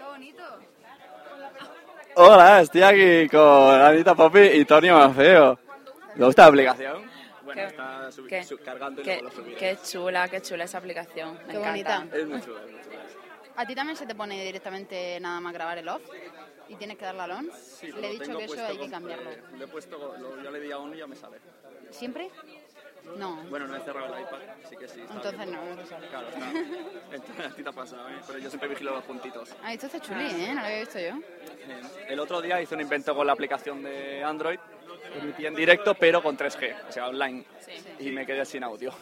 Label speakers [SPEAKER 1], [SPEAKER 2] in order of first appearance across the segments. [SPEAKER 1] bonito.
[SPEAKER 2] Hola, estoy aquí con Anita Popi y Tony Maceo. ¿Le gusta la aplicación? Bueno,
[SPEAKER 3] Qué-
[SPEAKER 2] está subi-
[SPEAKER 3] qué-
[SPEAKER 2] sub- cargando y
[SPEAKER 3] Qué,
[SPEAKER 2] luego lo subiré.
[SPEAKER 3] qué chula, qué chula esa aplicación. Me
[SPEAKER 1] Qué
[SPEAKER 3] encanta.
[SPEAKER 1] bonita.
[SPEAKER 2] Es muy chulo, es muy chulo.
[SPEAKER 1] ¿A ti también se te pone directamente nada más grabar el off? ¿Y tienes que darle al on?
[SPEAKER 2] Sí,
[SPEAKER 1] Le he
[SPEAKER 2] lo
[SPEAKER 1] dicho
[SPEAKER 2] tengo
[SPEAKER 1] que eso
[SPEAKER 2] puesto
[SPEAKER 1] hay que
[SPEAKER 2] con-
[SPEAKER 1] cambiarlo.
[SPEAKER 2] eh, le he puesto, lo- yo le di a uno y ya me sale.
[SPEAKER 1] ¿Siempre? No.
[SPEAKER 2] Bueno, no he cerrado el iPad, así que sí. está
[SPEAKER 1] Entonces
[SPEAKER 2] bien.
[SPEAKER 1] no, no sale.
[SPEAKER 2] Claro, está. Entonces, a ti te ha pasado, ¿eh? Pero yo siempre vigilo los puntitos. Eh,
[SPEAKER 1] Ah, esto está chuli, ¿eh? No lo había visto yo.
[SPEAKER 2] El otro día hice un invento con la aplicación de Android, emití en directo, pero con 3G, o sea, online. Y me quedé sin audio.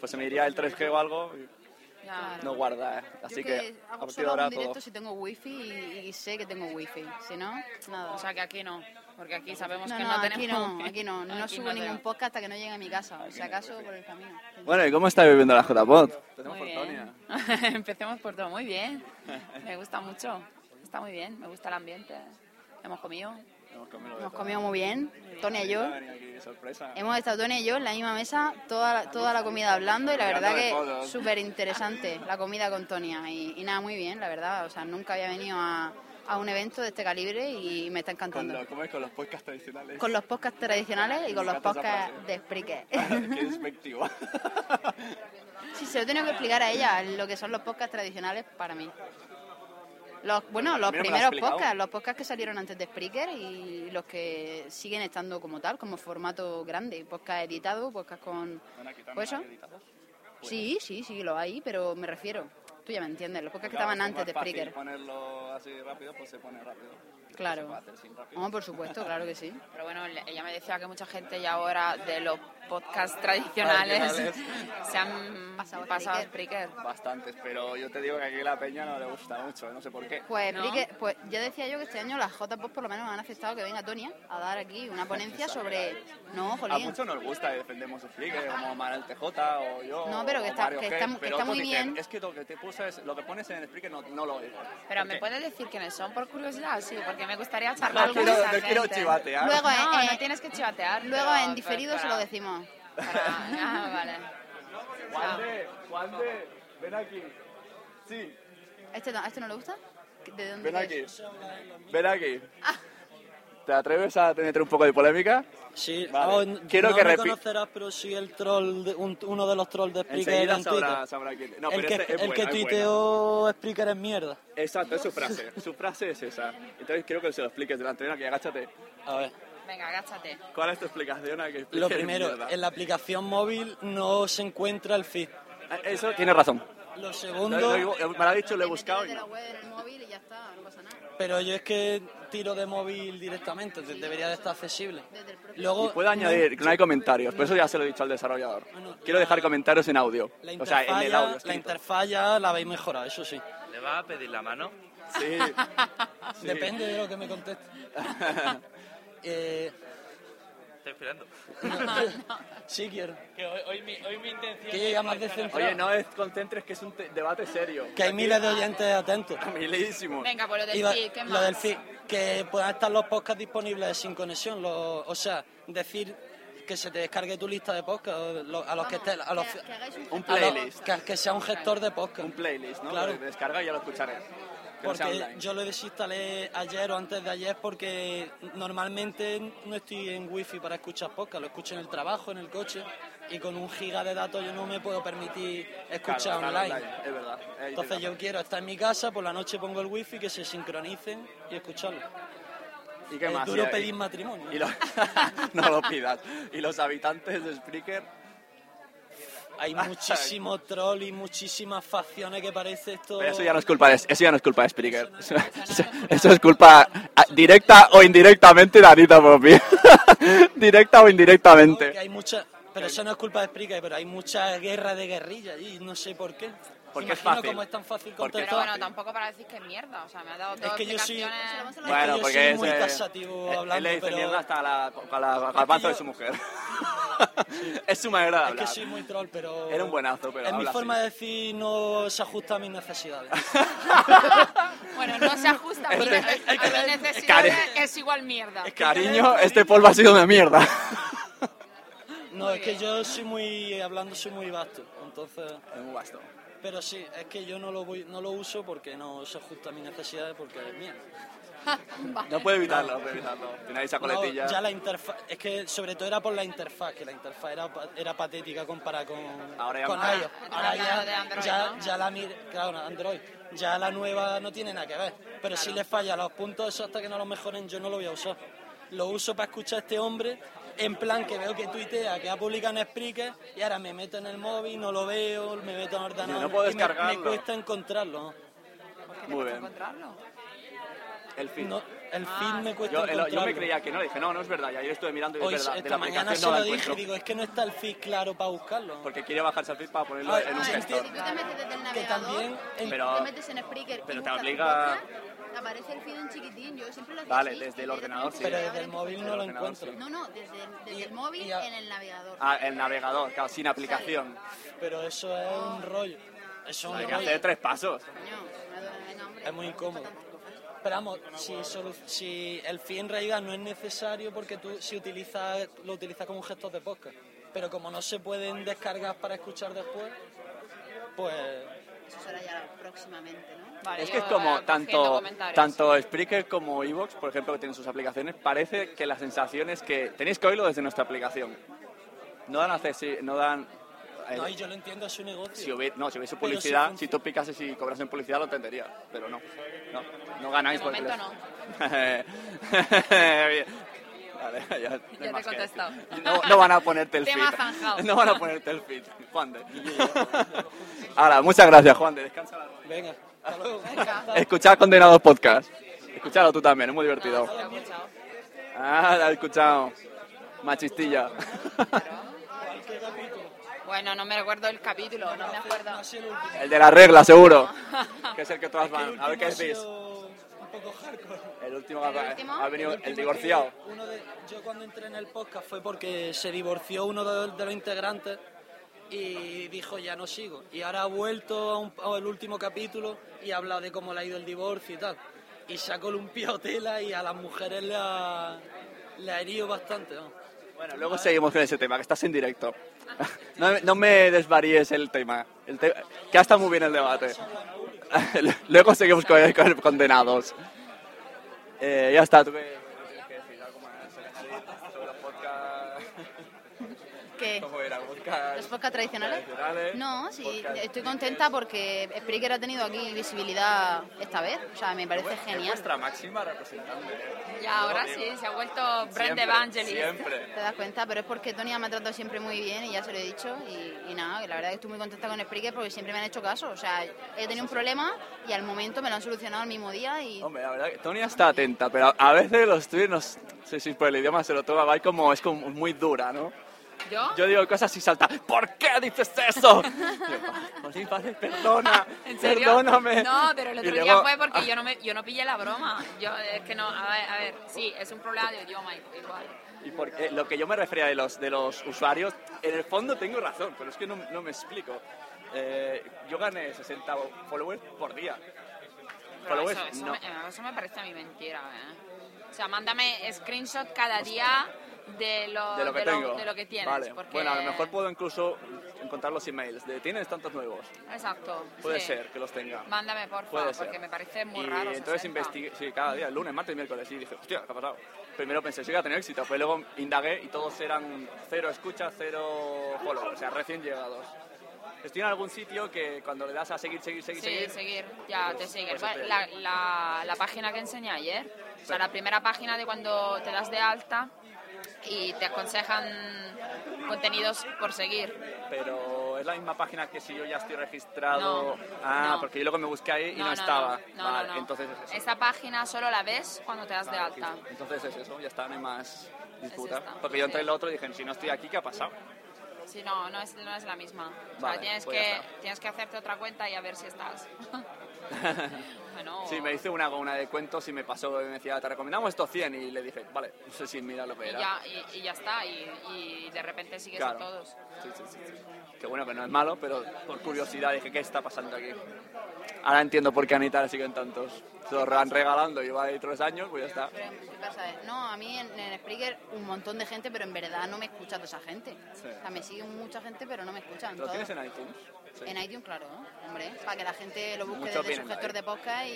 [SPEAKER 2] Pues se me iría el 3G o algo, y
[SPEAKER 3] Claro.
[SPEAKER 2] no guarda, ¿eh?
[SPEAKER 1] Yo
[SPEAKER 2] Así que
[SPEAKER 1] que
[SPEAKER 2] a
[SPEAKER 1] hago
[SPEAKER 2] partir de
[SPEAKER 1] solo
[SPEAKER 2] ahora
[SPEAKER 1] un
[SPEAKER 2] todo.
[SPEAKER 1] directo si tengo wifi y, y sé que tengo wifi. Si no, nada.
[SPEAKER 3] O sea que aquí no, porque aquí sabemos
[SPEAKER 1] no,
[SPEAKER 3] que
[SPEAKER 1] no,
[SPEAKER 3] no,
[SPEAKER 1] aquí
[SPEAKER 3] tenemos.
[SPEAKER 1] no, aquí no. No
[SPEAKER 3] Aquí
[SPEAKER 1] subo ningún
[SPEAKER 3] tenemos.
[SPEAKER 1] podcast hasta que no llegue a mi casa, o si acaso por el camino.
[SPEAKER 2] Bueno, ¿y cómo está viviendo la JPOT? Tenemos
[SPEAKER 3] Muy
[SPEAKER 2] por
[SPEAKER 3] bien.
[SPEAKER 2] Tonia.
[SPEAKER 3] Empecemos por todo. Muy bien. Me gusta mucho. Está muy bien. Me gusta el ambiente. Hemos comido.
[SPEAKER 2] Hemos comido de
[SPEAKER 1] Hemos
[SPEAKER 2] todo.
[SPEAKER 1] comido muy bien, Tony y yo.
[SPEAKER 2] Ha venido aquí de sorpresa.
[SPEAKER 1] Hemos estado Tony y yo en la misma mesa toda la, toda la comida hablando y la verdad
[SPEAKER 2] Hablando de
[SPEAKER 1] que
[SPEAKER 2] cosas.
[SPEAKER 1] súper interesante la comida con Tonia y, y nada, muy bien, la verdad. O sea, nunca había venido a, a un evento de este calibre y me está
[SPEAKER 2] Con
[SPEAKER 1] encantando.
[SPEAKER 2] los, ¿Cómo es? Con los podcasts tradicionales.
[SPEAKER 1] Con los podcasts tradicionales y con
[SPEAKER 2] Me
[SPEAKER 1] los
[SPEAKER 2] encanta esa
[SPEAKER 1] podcasts
[SPEAKER 2] frase.
[SPEAKER 1] de Spreaker.
[SPEAKER 2] Ah, Qué despectivo.
[SPEAKER 1] Sí, se lo he tenido que explicar a ella lo que son los podcasts tradicionales para mí. Los, bueno, los
[SPEAKER 2] mí no me lo ha
[SPEAKER 1] primeros
[SPEAKER 2] explicado.
[SPEAKER 1] podcasts, los podcasts que salieron antes de Spreaker y los que siguen estando como tal, como formato grande. Podcast editado, podcast con...
[SPEAKER 2] Van a quitarme
[SPEAKER 1] Pues
[SPEAKER 2] las
[SPEAKER 1] eso.
[SPEAKER 2] editadas. Pues
[SPEAKER 1] Sí, sí, sí, lo hay, pero me refiero. Tú ya me entiendes, los podcasts que
[SPEAKER 2] Claro,
[SPEAKER 1] estaban
[SPEAKER 2] es
[SPEAKER 1] antes de
[SPEAKER 2] más fácil
[SPEAKER 1] Spreaker.
[SPEAKER 2] ponerlo así rápido, pues se pone rápido. Se puede
[SPEAKER 1] Claro.
[SPEAKER 2] hacer sin rápido.
[SPEAKER 1] Vamos, por supuesto, claro que sí.
[SPEAKER 3] Pero bueno, le- ella me decía que mucha gente ya ahora de los podcasts tradicionales
[SPEAKER 2] Tradicionales.
[SPEAKER 3] se han
[SPEAKER 1] Pasado
[SPEAKER 3] pasado,
[SPEAKER 1] a
[SPEAKER 3] a
[SPEAKER 1] Spreaker.
[SPEAKER 3] Spreaker.
[SPEAKER 2] Bastantes, pero yo te digo que aquí la peña no le gusta mucho, no sé por qué.
[SPEAKER 1] Pues,
[SPEAKER 3] ¿No?
[SPEAKER 1] Spreaker- pues yo decía yo que este año las J-Pop por lo menos han aceptado que venga Tonia a dar aquí una ponencia sobre... No,
[SPEAKER 2] A
[SPEAKER 1] jolín.
[SPEAKER 2] muchos nos gusta y defendemos el flick, como Manuel TJ o yo.
[SPEAKER 1] No, pero que
[SPEAKER 2] o
[SPEAKER 1] está-
[SPEAKER 2] Mario
[SPEAKER 1] que
[SPEAKER 2] G,
[SPEAKER 1] está mu- que
[SPEAKER 2] pero
[SPEAKER 1] está
[SPEAKER 2] otros
[SPEAKER 1] muy
[SPEAKER 2] dicen,
[SPEAKER 1] bien.
[SPEAKER 2] Es que lo que, te puse- lo que pones en el Spreaker no, no lo oigo.
[SPEAKER 3] Pero
[SPEAKER 2] ¿Por
[SPEAKER 3] ¿me
[SPEAKER 2] qué?
[SPEAKER 3] puedes decir quiénes son por curiosidad? Sí, porque me gustaría charlar
[SPEAKER 2] No
[SPEAKER 3] con
[SPEAKER 2] quiero,
[SPEAKER 3] esa
[SPEAKER 2] no quiero
[SPEAKER 3] gente.
[SPEAKER 2] chivatear.
[SPEAKER 1] Luego,
[SPEAKER 3] No,
[SPEAKER 1] eh,
[SPEAKER 3] no tienes que chivatear.
[SPEAKER 1] Luego
[SPEAKER 3] pero-
[SPEAKER 1] en
[SPEAKER 3] pero
[SPEAKER 1] diferido se
[SPEAKER 3] para-
[SPEAKER 1] lo decimos.
[SPEAKER 3] para- Ah, vale.
[SPEAKER 2] Juande,
[SPEAKER 1] Ah.
[SPEAKER 2] Juande, ven aquí. Sí,
[SPEAKER 1] ¿Este no, ¿a este no le gusta? ¿De dónde
[SPEAKER 2] ven aquí.
[SPEAKER 1] es?
[SPEAKER 2] Ven aquí. ¿Te atreves a tener un poco de polémica?
[SPEAKER 4] Sí,
[SPEAKER 2] Vale.
[SPEAKER 4] oh, n-
[SPEAKER 2] Quiero
[SPEAKER 4] no
[SPEAKER 2] que
[SPEAKER 4] me
[SPEAKER 2] repi-
[SPEAKER 4] conocerás, pero sí el troll, de- un- uno de los trolls de Spreaker
[SPEAKER 2] Enseguida
[SPEAKER 4] en Twitter.
[SPEAKER 2] sabrá, sabrá quién. No,
[SPEAKER 4] el
[SPEAKER 2] pero
[SPEAKER 4] que,
[SPEAKER 2] este es
[SPEAKER 4] el
[SPEAKER 2] bueno,
[SPEAKER 4] que
[SPEAKER 2] es bueno.
[SPEAKER 4] tuiteó Spreaker es mierda.
[SPEAKER 2] Exacto, es su frase. Su frase es esa. Entonces quiero que se lo expliques delante. Ven aquí, agáchate.
[SPEAKER 4] A ver,
[SPEAKER 3] Venga, agáchate.
[SPEAKER 2] ¿Cuál es tu explicación a que expliques
[SPEAKER 4] lo primero,
[SPEAKER 2] mierda?
[SPEAKER 4] en la aplicación móvil no se encuentra el feed.
[SPEAKER 2] Ah, Eso tiene razón.
[SPEAKER 4] Lo
[SPEAKER 2] Lo- lo-
[SPEAKER 4] segundo,
[SPEAKER 2] lo- me lo ha dicho, lo he buscado.
[SPEAKER 1] Métete
[SPEAKER 2] y
[SPEAKER 1] de la
[SPEAKER 2] no.
[SPEAKER 1] web en el móvil y ya está, no pasa nada.
[SPEAKER 4] pero yo es que tiro de móvil directamente, entonces debería de estar accesible. Luego,
[SPEAKER 2] Y puedo añadir que no hay comentarios, pero eso ya se lo he dicho al desarrollador. Quiero dejar comentarios en audio.
[SPEAKER 4] la
[SPEAKER 2] O sea,
[SPEAKER 4] interfaz,
[SPEAKER 2] en el audio.
[SPEAKER 4] la
[SPEAKER 2] escrito.
[SPEAKER 4] interfaz ya la habéis mejorado, eso sí.
[SPEAKER 5] ¿Le vas a pedir la mano?
[SPEAKER 2] Sí. Sí.
[SPEAKER 4] Depende de lo que me conteste. Eh,
[SPEAKER 5] Estoy esperando.
[SPEAKER 4] sí quiero.
[SPEAKER 5] Que hoy, hoy mi, hoy mi intención
[SPEAKER 4] Que llega más descentrado.
[SPEAKER 2] Oye, no desconcentres que es un te- debate serio.
[SPEAKER 4] Que hay miles de oyentes atentos.
[SPEAKER 2] Milísimo.
[SPEAKER 3] Venga, pues lo del
[SPEAKER 4] Y va-
[SPEAKER 3] sí, ¿qué más?
[SPEAKER 4] lo del feed, que puedan estar los podcasts disponibles sin conexión. lo- o sea, decir que se te descargue tu lista de podcasts o lo- a los que estés. A los,
[SPEAKER 1] que, que hagáis un
[SPEAKER 2] Un
[SPEAKER 4] a los-
[SPEAKER 2] playlist.
[SPEAKER 4] que, que sea un gestor de podcast.
[SPEAKER 2] Un playlist, ¿no?
[SPEAKER 4] Claro.
[SPEAKER 2] Lo Descarga y ya lo escucharé. Que no sea
[SPEAKER 4] Porque
[SPEAKER 2] online.
[SPEAKER 4] yo lo desinstalé ayer o antes de ayer porque normalmente no estoy en wifi para escuchar podcast, lo escucho en el trabajo, en el coche y con un giga de datos yo no me puedo permitir
[SPEAKER 2] Claro,
[SPEAKER 4] escuchar
[SPEAKER 2] claro,
[SPEAKER 4] online.
[SPEAKER 2] Es verdad. Eh, Ahí te
[SPEAKER 4] Entonces yo quiero estar en mi casa, por la noche pongo el wifi, que se sincronicen y escucharlo.
[SPEAKER 2] ¿Y qué
[SPEAKER 4] Es
[SPEAKER 2] más?
[SPEAKER 4] duro
[SPEAKER 2] Y-
[SPEAKER 4] pedir
[SPEAKER 2] y-
[SPEAKER 4] matrimonio.
[SPEAKER 2] y los- no lo pidas. Y los habitantes de Spreaker,
[SPEAKER 4] Hay muchísimo troll y muchísimas facciones que parece esto...
[SPEAKER 2] pero eso ya no es culpa de, eso ya no es culpa de Spreaker. Eso, eso es culpa ah, directa o indirectamente de Anita Popi. directa o
[SPEAKER 4] Que
[SPEAKER 2] indirectamente.
[SPEAKER 4] hay mucha... Pero eso no es culpa de Spreaker, pero hay mucha guerra de guerrilla y no sé por qué.
[SPEAKER 2] Porque es
[SPEAKER 4] Imagino
[SPEAKER 2] fácil.
[SPEAKER 4] cómo es tan fácil
[SPEAKER 2] Porque es
[SPEAKER 3] Pero
[SPEAKER 4] contestar.
[SPEAKER 3] bueno, tampoco para decir que es mierda. O sea, me ha dado
[SPEAKER 4] Es
[SPEAKER 3] todas
[SPEAKER 4] que yo soy-
[SPEAKER 1] Bueno,
[SPEAKER 3] explicaciones.
[SPEAKER 4] Es que
[SPEAKER 2] Bueno,
[SPEAKER 4] yo
[SPEAKER 2] porque
[SPEAKER 4] soy muy
[SPEAKER 2] ese-
[SPEAKER 4] taxativo
[SPEAKER 2] él-
[SPEAKER 4] hablando,
[SPEAKER 2] Él le dice
[SPEAKER 4] pero-
[SPEAKER 2] mierda hasta la, con la
[SPEAKER 4] yo-
[SPEAKER 2] garrapazo de su mujer. es su manera de
[SPEAKER 4] Es que
[SPEAKER 2] hablar.
[SPEAKER 4] soy muy troll, pero...
[SPEAKER 2] Era un buenazo, pero
[SPEAKER 4] Es mi
[SPEAKER 2] habla
[SPEAKER 4] forma
[SPEAKER 2] así.
[SPEAKER 4] de decir no se ajusta a mis necesidades.
[SPEAKER 3] Bueno, no se ajusta a mi,
[SPEAKER 2] Este-
[SPEAKER 3] nece- a mi necesidad.
[SPEAKER 2] Care-
[SPEAKER 3] Es igual mierda.
[SPEAKER 2] Cariño, este polvo ha sido una mierda.
[SPEAKER 4] No, es que yo soy muy... Hablando soy muy vasto, entonces...
[SPEAKER 2] Es un gasto.
[SPEAKER 4] Pero sí, es que yo no lo, voy, no lo uso porque no se ajusta a mis necesidades porque es mía.
[SPEAKER 2] No puede evitarlo, no puede evitarlo. Tiene ahí esa
[SPEAKER 4] No,
[SPEAKER 2] coletilla.
[SPEAKER 4] ya la interfaz, es que sobre todo era por la interfaz, que la interfaz era, pa- era patética comparada con,
[SPEAKER 2] Ahora ya
[SPEAKER 4] con
[SPEAKER 2] más.
[SPEAKER 4] iOS.
[SPEAKER 3] Estamos
[SPEAKER 4] Ahora
[SPEAKER 3] hablando
[SPEAKER 4] ya,
[SPEAKER 3] de Android,
[SPEAKER 4] ya,
[SPEAKER 3] ¿no?
[SPEAKER 4] ya la mir- claro, Android, ya la nueva no tiene nada que ver, pero si le falla los puntos esos hasta que no los mejoren yo no lo voy a usar. Lo uso para escuchar a este hombre en plan que veo que tuitea, que ha publicado en Spreaker y ahora me meto en el móvil, no lo veo, me meto en el ordenador
[SPEAKER 2] no puedo
[SPEAKER 4] y me- me,
[SPEAKER 2] descargarlo.
[SPEAKER 4] cuesta encontrarlo.
[SPEAKER 3] Pues,
[SPEAKER 2] Muy bien.
[SPEAKER 3] encontrarlo.
[SPEAKER 2] El fin.
[SPEAKER 4] No, el
[SPEAKER 3] Ah,
[SPEAKER 4] feed me cuesta
[SPEAKER 2] Yo, el-
[SPEAKER 4] encontrarlo.
[SPEAKER 2] yo me creía que no, dije, no, no es verdad. Y ayer estuve mirando y
[SPEAKER 4] Hoy,
[SPEAKER 2] es verdad. de la
[SPEAKER 4] esta mañana
[SPEAKER 2] aplicación
[SPEAKER 4] se
[SPEAKER 2] no
[SPEAKER 4] lo
[SPEAKER 2] la
[SPEAKER 4] dije,
[SPEAKER 2] encuentro.
[SPEAKER 4] digo, es que no está el feed claro para buscarlo.
[SPEAKER 2] Porque quiere bajarse el feed para ponerlo
[SPEAKER 4] Ah,
[SPEAKER 2] en un
[SPEAKER 4] ah,
[SPEAKER 1] si
[SPEAKER 4] entiendo.
[SPEAKER 2] gestor.
[SPEAKER 1] tú te metes desde el
[SPEAKER 4] que
[SPEAKER 1] navegador,
[SPEAKER 4] también el-
[SPEAKER 2] Pero-
[SPEAKER 1] te metes en Spreaker
[SPEAKER 2] pero
[SPEAKER 1] y
[SPEAKER 2] te
[SPEAKER 1] buscas
[SPEAKER 2] obliga-
[SPEAKER 1] tu podcast, aparece el feed en chiquitín, yo siempre lo hacía
[SPEAKER 2] Vale,
[SPEAKER 1] así,
[SPEAKER 2] desde el
[SPEAKER 1] y
[SPEAKER 2] ordenador,
[SPEAKER 1] directamente
[SPEAKER 2] sí.
[SPEAKER 4] pero
[SPEAKER 1] te
[SPEAKER 4] desde el
[SPEAKER 1] abre tu
[SPEAKER 4] móvil no lo
[SPEAKER 2] ordenador,
[SPEAKER 4] encuentro.
[SPEAKER 2] sí.
[SPEAKER 1] No, no, desde el, desde
[SPEAKER 4] Y-
[SPEAKER 1] el móvil
[SPEAKER 4] y a-
[SPEAKER 1] en el navegador.
[SPEAKER 2] Ah, el navegador, claro, sin aplicación.
[SPEAKER 4] Pero eso es un rollo. Eso es
[SPEAKER 2] Hay
[SPEAKER 4] un
[SPEAKER 2] que
[SPEAKER 4] rollo.
[SPEAKER 2] hacer tres pasos.
[SPEAKER 1] Coño, me duele, venga, hombre.
[SPEAKER 4] Es muy incómodo. Pero vamos, si, solu- si el feed en realidad no es necesario porque tú si utilizas, lo utilizas como un gestor de podcast. Pero como no se pueden descargar para escuchar después, pues
[SPEAKER 1] Eso será ya próximamente, ¿no?
[SPEAKER 3] Vale,
[SPEAKER 2] Es que es
[SPEAKER 3] yo
[SPEAKER 2] como
[SPEAKER 3] ahora cogiendo
[SPEAKER 2] tanto,
[SPEAKER 3] comentarios.
[SPEAKER 2] tanto Spreaker como Evox, por ejemplo, que tienen sus aplicaciones, parece que la sensación es que tenéis que oírlo desde nuestra aplicación. No dan accesi- no dan... eh,
[SPEAKER 4] no, y yo lo entiendo, es su negocio.
[SPEAKER 2] si hubiese, no, si hubiese
[SPEAKER 4] Pero si
[SPEAKER 2] publicidad,
[SPEAKER 4] func-
[SPEAKER 2] si, tú picases y cobras en publicidad lo entendería, pero no, no, no ganáis
[SPEAKER 3] De
[SPEAKER 2] por
[SPEAKER 3] momento
[SPEAKER 2] Bien. Vale, ya, no hay
[SPEAKER 3] te he
[SPEAKER 2] más que
[SPEAKER 3] contestado.
[SPEAKER 2] decir. No, no van a ponerte el
[SPEAKER 3] Tema zanjao.
[SPEAKER 2] feed. No van a ponerte el feed, Juan de. Ahora, muchas gracias, Juan de. Descansa la
[SPEAKER 4] Venga, hasta luego.
[SPEAKER 2] Escuchad Condenados Podcast. Escuchadlo tú también, es muy divertido.
[SPEAKER 3] Lo he escuchado.
[SPEAKER 2] Ah, la he escuchado. Machistilla.
[SPEAKER 3] Bueno, no me recuerdo el capítulo, no me acuerdo.
[SPEAKER 4] Ha sido el último.
[SPEAKER 2] El de la regla, seguro. Que es el que todas van. A ver qué
[SPEAKER 4] El último ha
[SPEAKER 2] decís.
[SPEAKER 4] sido Un poco hardcore.
[SPEAKER 2] El último
[SPEAKER 1] ¿El último?
[SPEAKER 2] ha venido, el
[SPEAKER 4] último
[SPEAKER 2] divorciado.
[SPEAKER 4] que- uno de- yo cuando entré en el podcast fue porque se divorció uno de, de los integrantes y dijo ya no sigo. Y ahora ha vuelto a un- al último capítulo y ha hablado de cómo le ha ido el divorcio y tal. Y se ha columpiado tela y a las mujeres le ha, le ha herido bastante. ¿no?
[SPEAKER 2] Bueno, luego seguimos con ese tema, que estás en directo. No, no me desvaríes el tema. El te- que ha estado muy bien el debate. luego seguimos con, con condenados. Eh, ya está. ¿tú qué- qué tienes que decir? ¿Algo más? Sí, sobre los podcasts.
[SPEAKER 1] ¿Qué?
[SPEAKER 2] ¿Cómo era? Podcast-
[SPEAKER 1] ¿Los podcast tradicionales?
[SPEAKER 2] Tradicionales,
[SPEAKER 1] No, sí,
[SPEAKER 2] podcast
[SPEAKER 1] estoy contenta porque Spreaker ha tenido aquí visibilidad esta vez. O sea, me parece
[SPEAKER 2] Es
[SPEAKER 1] genial.
[SPEAKER 2] vuestra máxima representante. ¿eh?
[SPEAKER 3] Y ahora
[SPEAKER 2] Yo
[SPEAKER 3] sí,
[SPEAKER 2] digo,
[SPEAKER 3] se ha vuelto Brand
[SPEAKER 2] siempre,
[SPEAKER 3] Evangelist.
[SPEAKER 2] Siempre.
[SPEAKER 1] Te das cuenta, pero es porque Tony me ha tratado siempre muy bien y ya se lo he dicho. Y, y nada, que la verdad que estoy muy contenta con Spreaker porque siempre me han hecho caso. O sea, he tenido un problema y al momento me lo han solucionado al mismo día y
[SPEAKER 2] Hombre, la verdad que Tonia está atenta, pero a, a veces los tweets, no sé si por el idioma se lo toma, va como, es como muy dura, ¿no?
[SPEAKER 3] ¿Yo?
[SPEAKER 2] Yo digo cosas y salta, ¿por qué dices eso? Y yo, "Jolín, padre, perdona,
[SPEAKER 3] ¿En serio?
[SPEAKER 2] perdóname.
[SPEAKER 3] No, pero el
[SPEAKER 2] Y
[SPEAKER 3] otro día
[SPEAKER 2] luego-
[SPEAKER 3] fue porque
[SPEAKER 2] ah,
[SPEAKER 3] yo, no me, yo no pillé la broma. Yo, es que no, a ver, a ver, sí, es un problema de idioma igual.
[SPEAKER 2] Y porque lo que yo me refería de los, de los usuarios, en el fondo tengo razón, pero es que no, no me explico. Eh, yo gané 60 followers por día.
[SPEAKER 3] Pero
[SPEAKER 2] Followers,
[SPEAKER 3] eso, eso
[SPEAKER 2] no.
[SPEAKER 3] me, eso me parece a mí mentira, ¿eh? O sea, mándame screenshot cada día de lo,
[SPEAKER 2] de lo que
[SPEAKER 3] de lo-
[SPEAKER 2] tengo.
[SPEAKER 3] de lo que tienes.
[SPEAKER 2] Vale.
[SPEAKER 3] porque-
[SPEAKER 2] Bueno, a lo mejor puedo incluso encontrar los emails de tienes tantos nuevos.
[SPEAKER 3] Exacto.
[SPEAKER 2] Puede
[SPEAKER 3] sí.
[SPEAKER 2] ser que los tenga.
[SPEAKER 3] Mándame, porfa,
[SPEAKER 2] Puede ser.
[SPEAKER 3] porque me parece muy
[SPEAKER 2] y
[SPEAKER 3] raro.
[SPEAKER 2] entonces
[SPEAKER 3] 60.
[SPEAKER 2] investigué, sí, cada día, el lunes, martes y miércoles, y dije, hostia, ¿qué ha pasado? Primero pensé, sí que va a tener éxito, pero luego indagué y todos eran cero escuchas, cero follow, o sea, recién llegados. Estoy en algún sitio que cuando le das a seguir, seguir, seguir,
[SPEAKER 3] Sí,
[SPEAKER 2] seguir,
[SPEAKER 3] seguir, ya te sigue.
[SPEAKER 2] pues eso te-
[SPEAKER 3] la, la- la página que enseñé ayer, o sea, la primera página de cuando te das de alta y te aconsejan contenidos por seguir.
[SPEAKER 2] pero es la misma página que si yo ya estoy registrado.
[SPEAKER 3] No,
[SPEAKER 2] ah,
[SPEAKER 3] no.
[SPEAKER 2] porque yo luego me busqué ahí y no, estaba.
[SPEAKER 3] No,
[SPEAKER 2] vale,
[SPEAKER 3] no, no.
[SPEAKER 2] entonces es eso. Ah,
[SPEAKER 3] Esa página solo la ves cuando te das de alta.
[SPEAKER 2] Entonces es eso, ya está, no hay más disputa.
[SPEAKER 3] esta,
[SPEAKER 2] Porque yo entré
[SPEAKER 3] sí.
[SPEAKER 2] en lo otro y dije, si no estoy aquí, ¿qué ha pasado?
[SPEAKER 3] Sí, no, no es, no es la misma. O sea,
[SPEAKER 2] Vale,
[SPEAKER 3] tienes,
[SPEAKER 2] pues ya
[SPEAKER 3] que,
[SPEAKER 2] está.
[SPEAKER 3] tienes que hacerte otra cuenta y a ver si estás. bueno,
[SPEAKER 2] Sí, me hice una, una de cuentos y me pasó, me decía, te recomendamos estos 100 y le dije, vale, no sé si mira lo que
[SPEAKER 3] y
[SPEAKER 2] era.
[SPEAKER 3] ya, y, y ya está, y, y de repente sigues
[SPEAKER 2] Claro.
[SPEAKER 3] a todos.
[SPEAKER 2] Sí, sí, sí, sí. Que bueno, que no es malo, pero por curiosidad dije, ¿qué está pasando aquí? Ahora entiendo por qué Anita le siguen tantos. Se lo van regalando, lleva ahí tres años, pues ya está.
[SPEAKER 1] Pero, ¿qué pasa? Eh, No, a mí en, en Spreaker un montón de gente, pero en verdad no me escucha toda esa gente.
[SPEAKER 2] Sí.
[SPEAKER 1] O sea, me sigue mucha gente, pero no me escuchan.
[SPEAKER 2] ¿Lo
[SPEAKER 1] todos.
[SPEAKER 2] tienes en iTunes?
[SPEAKER 1] En iTunes, claro, ¿no? hombre, para que la gente lo busque
[SPEAKER 2] Muchos
[SPEAKER 1] desde su
[SPEAKER 2] vienen de
[SPEAKER 1] gestor
[SPEAKER 2] ahí.
[SPEAKER 1] de podcast y,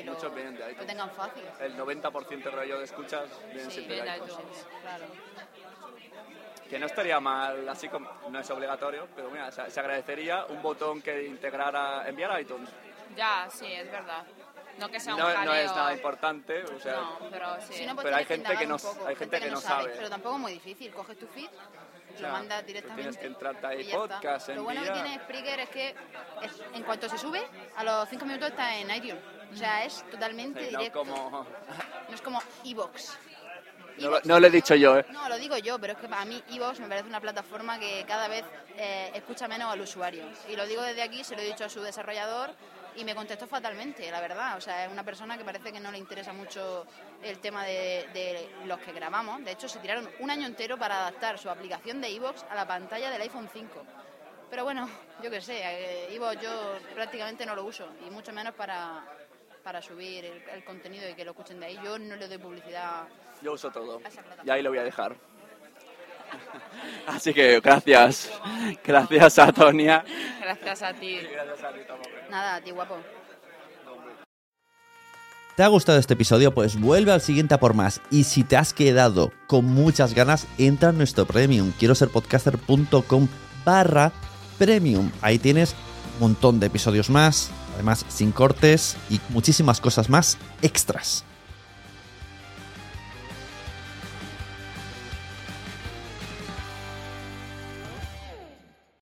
[SPEAKER 1] y lo,
[SPEAKER 2] Muchos vienen de iTunes.
[SPEAKER 1] lo tengan fácil.
[SPEAKER 2] El 90% rollo de escuchas vienen
[SPEAKER 1] Sí,
[SPEAKER 2] siempre de
[SPEAKER 1] de
[SPEAKER 2] iTunes.
[SPEAKER 1] iTunes, claro.
[SPEAKER 2] Que no estaría mal, así como no es obligatorio, pero mira, se, se agradecería un botón que integrara enviar a iTunes.
[SPEAKER 3] Ya, sí, es verdad. No que sea
[SPEAKER 2] No,
[SPEAKER 3] un
[SPEAKER 2] no
[SPEAKER 3] jaleo. eh.
[SPEAKER 2] es nada importante, o sea, eh,
[SPEAKER 3] No, pero sí.
[SPEAKER 1] Si no, pues
[SPEAKER 2] Pero hay
[SPEAKER 1] tienes que
[SPEAKER 2] gente que
[SPEAKER 1] indagar
[SPEAKER 2] no-
[SPEAKER 1] un poco,
[SPEAKER 2] hay gente que no sabe.
[SPEAKER 1] Pero tampoco es muy difícil. Coges tu feed,
[SPEAKER 2] Ya,
[SPEAKER 1] lo mandas
[SPEAKER 2] tú
[SPEAKER 1] directamente.
[SPEAKER 2] tienes que entrarte ahí,
[SPEAKER 1] y ya está.
[SPEAKER 2] podcast,
[SPEAKER 1] Lo bueno que
[SPEAKER 2] envía.
[SPEAKER 1] tiene Spreaker es que es- en cuanto se sube, a los 5 minutos está en iTunes. O sea, es totalmente
[SPEAKER 2] sí, no
[SPEAKER 1] directo.
[SPEAKER 2] como...
[SPEAKER 1] No es como Evox.
[SPEAKER 2] No, lo- no lo he dicho yo, ¿eh?
[SPEAKER 1] No, lo digo yo, pero es que a mí Evox me parece una plataforma que cada vez eh, escucha menos al usuario. Y lo digo desde aquí, se lo he dicho a su desarrollador y me contestó fatalmente, la verdad. O sea, es una persona que parece que no le interesa mucho el tema de, de los que grabamos. De hecho, se tiraron un año entero para adaptar su aplicación de Evox a la pantalla del iPhone 5. Pero bueno, yo qué sé, eh, Evox yo prácticamente no lo uso y mucho menos para, para subir el, el contenido y que lo escuchen de ahí. Yo no le doy publicidad
[SPEAKER 2] Yo uso todo.
[SPEAKER 1] Esa plataforma.
[SPEAKER 2] Y ahí lo voy a dejar. Así que gracias. Gracias a Tonia.
[SPEAKER 1] pues-
[SPEAKER 3] Gracias a ti.
[SPEAKER 2] Gracias a Rita Moreno.
[SPEAKER 1] nada, tío guapo.
[SPEAKER 6] ¿Te ha gustado este episodio? Pues vuelve al siguiente a por más. Y si te has quedado con muchas ganas, entra en nuestro premium. Quiero ser podcaster.com barra premium. Ahí tienes un montón de episodios más, además sin cortes y muchísimas cosas más extras.